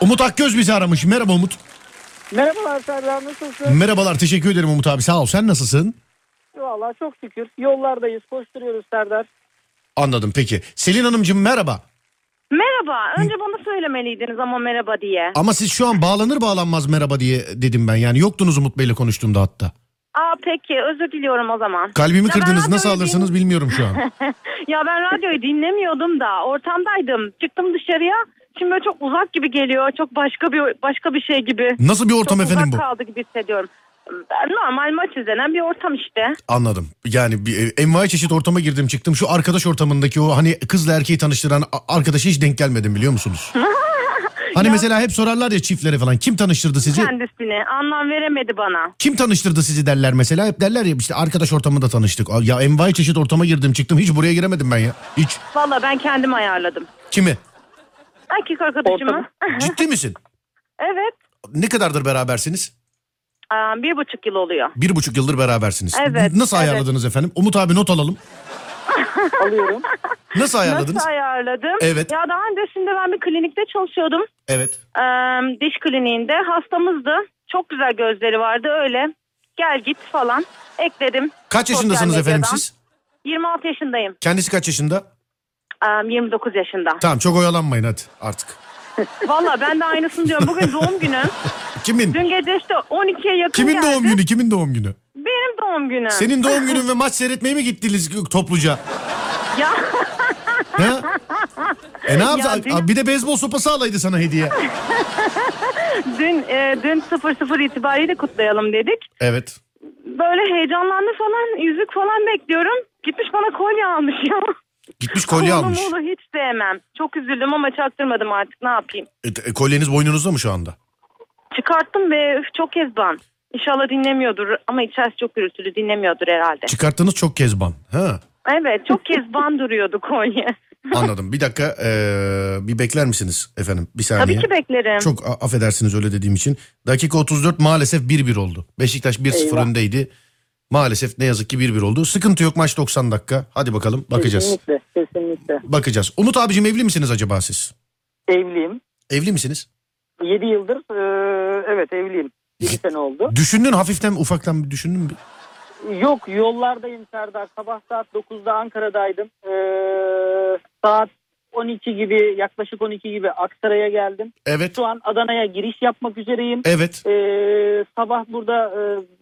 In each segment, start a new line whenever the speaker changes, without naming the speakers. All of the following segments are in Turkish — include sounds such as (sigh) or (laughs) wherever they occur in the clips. Umut Akgöz bizi aramış. Merhaba Umut.
Merhabalar Serdar nasılsın?
Merhabalar teşekkür ederim Umut abi sağ ol. Sen nasılsın?
Valla çok şükür. Yollardayız koşturuyoruz Serdar.
Anladım peki. Selin Hanımcığım merhaba.
Merhaba. Önce bana söylemeliydiniz ama merhaba diye.
Ama siz şu an bağlanır bağlanmaz merhaba diye dedim ben. Yani yoktunuz Umut Bey'le konuştuğumda hatta.
Aa peki özür diliyorum o zaman.
Kalbimi
Ya ben
kırdınız nasıl
radyoyu
alırsınız bilmiyorum şu
(laughs)
an.
din- ya ben radyoyu dinlemiyordum da ortamdaydım. Çıktım dışarıya. Şimdi böyle çok uzak gibi geliyor. Çok başka bir başka bir şey gibi.
Nasıl bir ortam
çok
efendim
uzak
bu?
kaldı gibi hissediyorum. Ben Normal maç izlenen bir ortam işte.
Anladım. Yani bir, e, envai çeşit ortama girdim çıktım. Şu arkadaş ortamındaki o hani kızla erkeği tanıştıran a- arkadaşa hiç denk gelmedim biliyor
(laughs)
musunuz? Hani mesela hep sorarlar ya çiftlere falan kim tanıştırdı sizi?
Kendisini anlam veremedi bana.
Kim tanıştırdı sizi derler mesela. Hep derler ya işte arkadaş ortamında tanıştık. Ya envai çeşit ortama girdim çıktım. Hiç buraya giremedim ben ya. Hiç.
Valla ben kendim ayarladım. (laughs)
Kimi?
Erkek arkadaşımı.
Ortam-
Ciddi misin?
Evet.
Ne kadardır berabersiniz?
Aa, bir buçuk yıl oluyor.
Bir buçuk yıldır berabersiniz.
Evet,
Nasıl
evet.
ayarladınız efendim? Umut abi not alalım.
Alıyorum.
Nasıl ayarladınız?
Nasıl ayarladım?
Evet.
Ya daha öncesinde ben bir klinikte çalışıyordum.
Evet.
Ee, diş kliniğinde hastamızdı. Çok güzel gözleri vardı öyle. Gel git falan. Ekledim.
Kaç
Sosyal
yaşındasınız efendim
medyadan.
siz?
26 yaşındayım.
Kendisi kaç yaşında?
Ee, 29 yaşında.
Tamam çok oyalanmayın hadi artık.
Valla ben de aynısını diyorum. Bugün doğum günüm.
Kimin?
Dün gece işte 12'ye yakın
Kimin
geldi.
doğum günü? Kimin doğum günü?
Benim doğum günüm.
Senin
(laughs)
doğum günün ve maç seyretmeye mi gittiniz topluca?
Ya (laughs)
He? E ne yaptı?
Ya benim-
Bir de beyzbol sopası alaydı sana hediye.
dün e, dün 00 itibariyle kutlayalım dedik.
Evet.
Böyle heyecanlandı falan. Yüzük falan bekliyorum. Gitmiş bana kolye almış ya.
Gitmiş kolye
Kolunu
almış.
molu hiç sevmem. Çok üzüldüm ama çaktırmadım artık ne yapayım.
E, e, kolyeniz boynunuzda mı şu anda?
Çıkarttım ve üf, çok ezban. İnşallah dinlemiyordur ama içerisi çok gürültülü dinlemiyordur herhalde.
Çıkarttığınız çok kezban.
(laughs)
Ha.
Evet çok (laughs) kezban duruyordu kolye.
Anladım. Bir dakika e, bir bekler misiniz efendim? Bir saniye.
Tabii ki beklerim.
Çok a- affedersiniz öyle dediğim için. Dakika 34 maalesef 1-1 oldu. Beşiktaş 1-0
Eyvah.
öndeydi. Maalesef ne yazık ki 1-1 oldu. Sıkıntı yok maç 90 dakika. Hadi bakalım (laughs) bakacağız.
Kesinlikle. Kesinlikle.
Bakacağız. Umut abicim evli misiniz acaba siz?
Evliyim.
Evli misiniz?
7 yıldır e, evet evliyim. 7 sene oldu.
Düşündün hafiften ufaktan bir düşündün mü?
Yok yollardayım Serdar. Sabah saat 9'da Ankara'daydım. E, saat 12 gibi yaklaşık 12 gibi Aksaray'a geldim.
Evet.
Şu an Adana'ya giriş yapmak üzereyim.
Evet.
E, sabah burada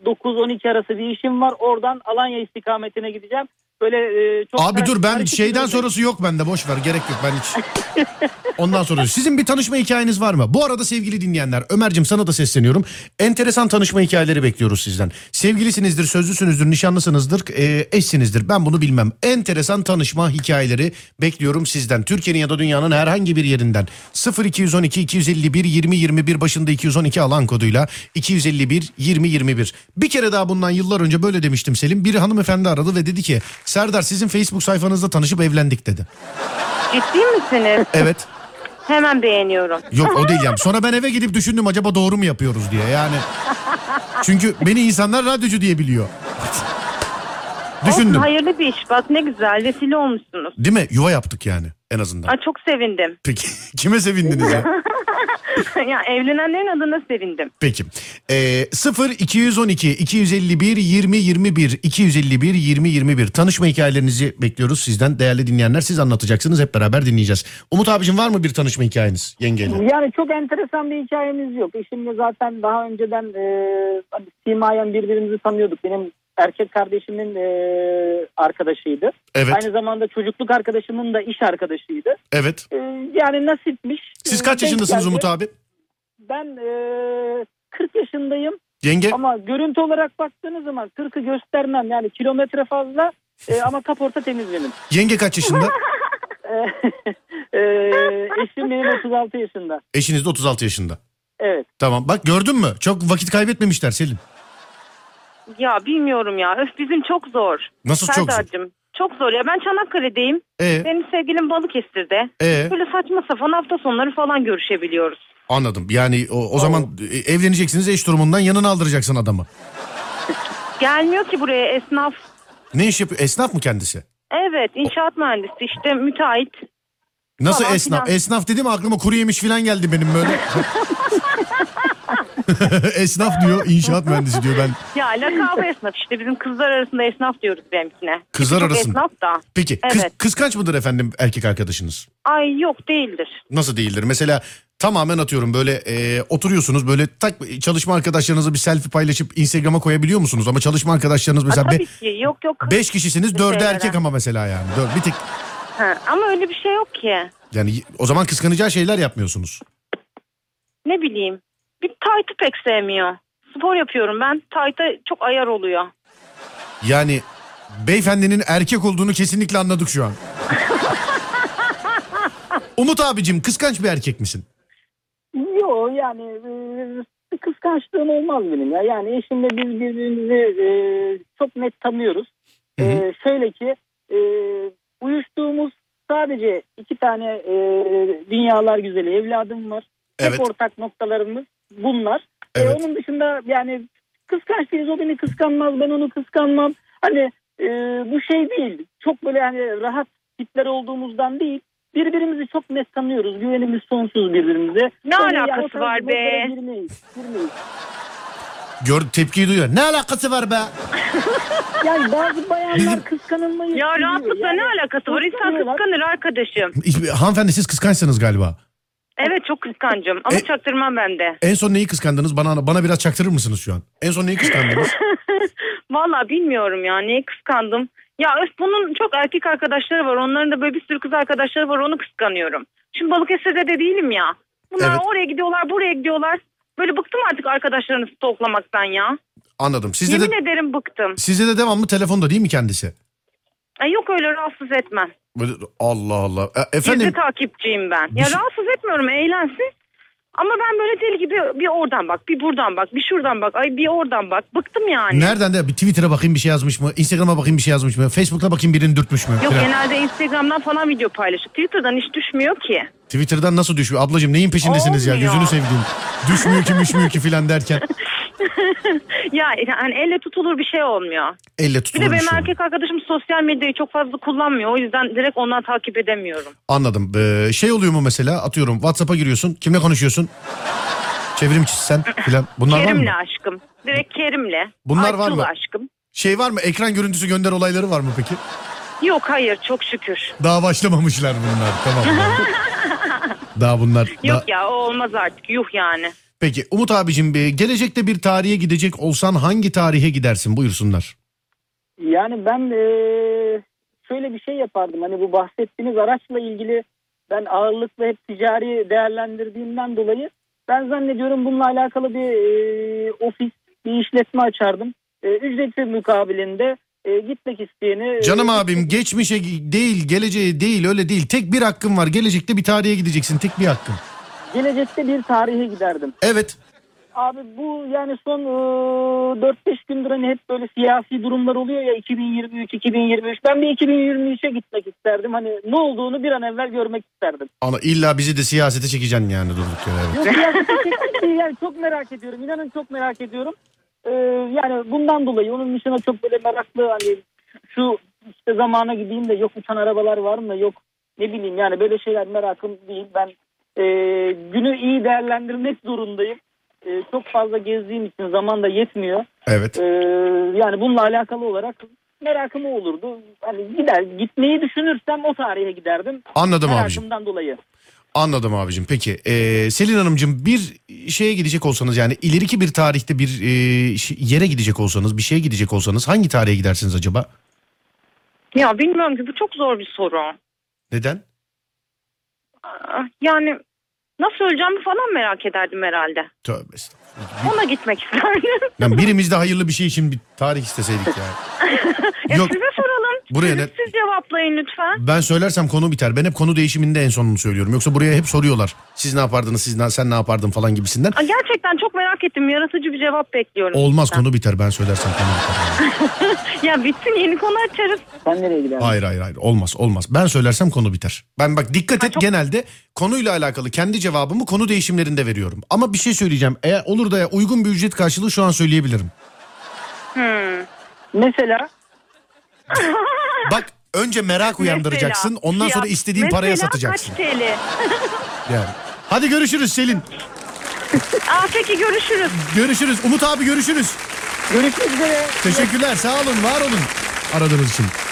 e, 9-12 arası bir işim var. Oradan Alanya istikametine gideceğim. Böyle e, çok
Abi dur ben
karışık bir
şeyden
durum.
sonrası yok bende boş ver gerek yok ben hiç. Ondan sonra sizin bir tanışma hikayeniz var mı? Bu arada sevgili dinleyenler Ömer'cim sana da sesleniyorum. Enteresan tanışma hikayeleri bekliyoruz sizden. Sevgilisinizdir, sözlüsünüzdür, nişanlısınızdır, e, eşsinizdir ben bunu bilmem. Enteresan tanışma hikayeleri bekliyorum sizden. Türkiye'nin ya da dünyanın herhangi bir yerinden 0212 251 20 21 başında 212 alan koduyla 251 20 21. Bir kere daha bundan yıllar önce böyle demiştim Selim. Bir hanımefendi aradı ve dedi ki Serdar sizin Facebook sayfanızda tanışıp evlendik dedi.
Ciddi misiniz?
Evet.
Hemen beğeniyorum.
Yok o değil yani. Sonra ben eve gidip düşündüm acaba doğru mu yapıyoruz diye yani. Çünkü beni insanlar radyocu diye biliyor.
Olsun,
Düşündüm.
hayırlı bir iş bak ne güzel vesile olmuşsunuz.
Değil mi? Yuva yaptık yani en azından.
Aa, çok sevindim. (laughs)
Peki (laughs) kime sevindiniz
(laughs)
ya?
ya evlenenlerin adına sevindim.
Peki. Ee, 0 212 251 20 21 251 20 21 tanışma hikayelerinizi bekliyoruz sizden değerli dinleyenler siz anlatacaksınız hep beraber dinleyeceğiz. Umut abicim var mı bir tanışma hikayeniz yengeyle?
Yani çok enteresan bir hikayemiz yok. Eşimle zaten daha önceden e, hani simayen birbirimizi tanıyorduk. Benim erkek kardeşimin e, arkadaşıydı.
Evet
Aynı zamanda çocukluk arkadaşımın da iş arkadaşıydı.
evet.
E, yani nasipmiş.
Siz
E,
kaç
denk
yaşındasınız
geldi.
Umut abi?
Ben e, 40 yaşındayım
Yenge
ama görüntü olarak baktığınız zaman 40'ı göstermem. Yani kilometre fazla e, ama kaporta temiz benim.
yenge kaç
(laughs)
yaşında?
E, e, eşim benim 36 yaşında.
Eşiniz de 36 yaşında.
Evet.
Tamam bak gördün mü? Çok vakit kaybetmemişler Selin.
Ya bilmiyorum ya öf bizim çok zor.
Nasıl çok zor?
Serdar'cığım çok zor ya ben Çanakkale'deyim.
Ee,
Benim sevgilim Balıkesir'de.
ee,
Böyle saçma sapan hafta sonları falan görüşebiliyoruz.
anladım. Yani o, o zaman e, evleneceksiniz eş durumundan yanına aldıracaksın adamı.
Gelmiyor ki buraya esnaf.
Ne iş yapıyor? Esnaf mı kendisi?
Evet inşaat mühendisi işte müteahhit.
Nasıl
falan
esnaf?
filan.
Esnaf dedim aklıma kuru yemiş falan geldi benim böyle. (laughs) esnaf diyor, inşaat mühendisi diyor ben. (laughs)
Ya lakabı esnaf işte bizim kızlar arasında esnaf diyoruz benimkine.
Kızlar
Çok
arasında.
Esnaf da.
Peki kız,
Evet.
kıskanç mıdır efendim erkek arkadaşınız?
Ay yok değildir.
Nasıl değildir? Mesela tamamen atıyorum böyle e, oturuyorsunuz böyle tak çalışma arkadaşlarınızı bir selfie paylaşıp Instagram'a koyabiliyor musunuz? Ama çalışma arkadaşlarınız
Aa,
mesela
tabii
be-
ki yok yok.
beş kişisiniz dörde
şeylere.
erkek ama mesela yani. Dör, bir tek
Ha, ama öyle bir şey yok ki.
yani y- o zaman kıskanacağı şeyler yapmıyorsunuz.
Ne bileyim. Bir taytı pek sevmiyor. Spor yapıyorum ben. Tayta çok ayar oluyor.
Yani beyefendinin erkek olduğunu kesinlikle anladık şu
(laughs)
an. Umut abicim kıskanç bir erkek misin?
Yok yani e, kıskançlığım olmaz benim ya. Yani eşimle biz birbirimizi e, çok net tanıyoruz.
Hı hı.
E, şöyle ki e, uyuştuğumuz sadece iki tane e, dünyalar güzeli evladım var.
Evet.
Tek ortak noktalarımız bunlar. E,
Evet.
onun dışında yani kıskanç değiliz. O beni kıskanmaz ben onu kıskanmam. Hani e, bu şey değil. Çok böyle hani rahat tipler olduğumuzdan değil. Birbirimizi çok net tanıyoruz. Güvenimiz sonsuz birbirimize.
Ne
Yani
alakası
yani
var be?
ortalıklara girmeyiz, girmeyiz.
Gör tepkiyi duyuyor. Ne alakası var be?
Yani bazı bayanlar kıskanılmayı
Ya
seviyor.
rahatlıkla
Yani
ne alakası var? İnsan
kıskanıyorlar.
kıskanır arkadaşım.
Hiç- Hanımefendi siz kıskançsınız galiba.
Evet çok kıskancım ama
E-
çaktırmam ben de.
En son neyi kıskandınız? Bana bana biraz çaktırır mısınız şu an? En son neyi kıskandınız?
Valla bilmiyorum ya neye kıskandım. Ya öf bunun çok erkek arkadaşları var. Onların da böyle bir sürü kız arkadaşları var. Onu kıskanıyorum. Şimdi Balıkesir'de de değilim ya. Bunlar
Evet.
oraya gidiyorlar buraya gidiyorlar. Böyle bıktım artık arkadaşlarını stalklamaktan ya.
Anladım. Sizde de
Yemin ederim bıktım.
sizde de devamlı telefonda değil mi kendisi?
Ay yok öyle rahatsız etmem.
Böyle- Allah Allah. E,
Gizli
efendim
takipçiyim ben.
Bir
Ya
şey-
rahatsız etmiyorum eğlensin. Ama ben böyle deli gibi bir oradan bak, bir buradan bak, bir şuradan bak, ay bir oradan bak. Bıktım yani.
nereden de bir Twitter'a bakayım bir şey yazmış mı? Instagram'a bakayım bir şey yazmış mı? Facebook'a bakayım birini dürtmüş mü?
Yok
Falan.
genelde Instagram'dan falan video paylaşıyor. Twitter'dan hiç düşmüyor ki.
Twitter'dan nasıl düşüyor? Ablacığım neyin peşindesiniz ya?
Olmuyor.
Gözünü sevdiğim. Düşmüyor ki müşmüyor ki filan derken.
(laughs) Ya yani elle tutulur bir şey olmuyor.
Elle
Bir
tutulur
de
bir
benim
şey oluyor.
erkek arkadaşım sosyal medyayı çok fazla kullanmıyor. O yüzden direkt ondan takip edemiyorum.
Anladım. Ee, şey oluyor mu mesela atıyorum Whatsapp'a giriyorsun. Kimle konuşuyorsun? Çevrimçisin sen filan. Bunlar var mı?
Kerim'le aşkım. Direkt Kerim'le.
Bunlar var
Aytu'la
mı?
aşkım.
Şey var mı? Ekran görüntüsü gönder olayları var mı peki?
Yok hayır çok şükür.
Daha başlamamışlar bunlar. Tamam.
(laughs)
tamam. Daha bunlar. daha-
Yok ya o olmaz artık. Yuh yani.
Peki Umut abicim bir- gelecekte bir tarihe gidecek olsan hangi tarihe gidersin? Buyursunlar.
Yani ben eee, şöyle bir şey yapardım. Hani bu bahsettiğiniz araçla ilgili ben ağırlıklı hep ticari değerlendirdiğimden dolayı ben zannediyorum bununla alakalı bir eee, ofis, bir işletme açardım. Eee, ücreti mukabilinde eee, gitmek isteyeni...
Canım
eee,
abim geçmişe gi- değil geleceğe değil öyle değil. Tek bir hakkın var. Gelecekte bir tarihe gideceksin. Tek bir hakkın.
Gelecekte bir tarihe giderdim.
Evet.
Abi bu yani son eee, 4-5 gündür hani hep böyle siyasi durumlar oluyor ya 2023, 2023. Ben bir 2023'e gitmek isterdim. Hani ne olduğunu bir an evvel görmek isterdim.
Ama illa bizi de siyasete çekeceksin yani durduk yere. Evet.
Yok (laughs) şey ya, teşekkür ederim. yani çok merak ediyorum. İnanın çok merak ediyorum. Ee, yani bundan dolayı onun dışında çok böyle meraklı hani şu işte zamana gideyim de yok uçan arabalar var mı yok ne bileyim yani böyle şeyler merakım değil. Ben e, günü iyi değerlendirmek zorundayım. E, çok fazla gezdiğim için zaman da yetmiyor.
evet.
E, yani bununla alakalı olarak merakım o olurdu. Hani gider gitmeyi düşünürsem o tarihe giderdim.
Anladım abicim.
Merakımdan dolayı.
Anladım abicim. Peki ee, Selin Hanımcığım bir şeye gidecek olsanız yani ileriki bir tarihte bir ee, şi- yere gidecek olsanız bir şeye gidecek olsanız hangi tarihe gidersiniz acaba?
Ya bilmiyorum ki bu çok zor bir soru.
Neden?
Aa, Yani nasıl öleceğimi falan merak ederdim herhalde.
Tövbe estağfurullah.
Ona gitmek (laughs) isterdim.
Yani birimiz de hayırlı bir şey için bir tarih isteseydik ya.
E
Yok.
size soralım.
Buraya
siz,
ne-
siz cevaplayın lütfen.
Ben söylersem konu biter. Ben hep konu değişiminde en sonunu söylüyorum. Yoksa buraya hep soruyorlar. Siz ne yapardınız, siz ne, sen ne yapardın falan gibisinden.
Aa, Gerçekten çok merak ettim. Yaratıcı bir cevap bekliyorum.
Olmaz
sizden.
konu biter ben söylersem konu biter.
Ya bitsin yeni konu açarız.
Sen nereye giderdin?
Hayır hayır hayır olmaz olmaz. Ben söylersem konu biter. Ben bak dikkat et genelde konuyla alakalı kendi cevabımı konu değişimlerinde veriyorum. Ama bir şey söyleyeceğim. Eğer olur da ya uygun bir ücret karşılığı şu an söyleyebilirim.
Hmm.
Mesela
Bak Önce merak uyandıracaksın.
Mesela,
ondan sonra
fiyat-
istediğin paraya
Mesela
satacaksın.
kaç TL?
Yani. Hadi görüşürüz Selin.
Aa, peki görüşürüz.
Görüşürüz. Umut abi görüşürüz.
Görüşmek üzere.
Teşekkürler. Sağ olun. Var olun. Aradığınız için.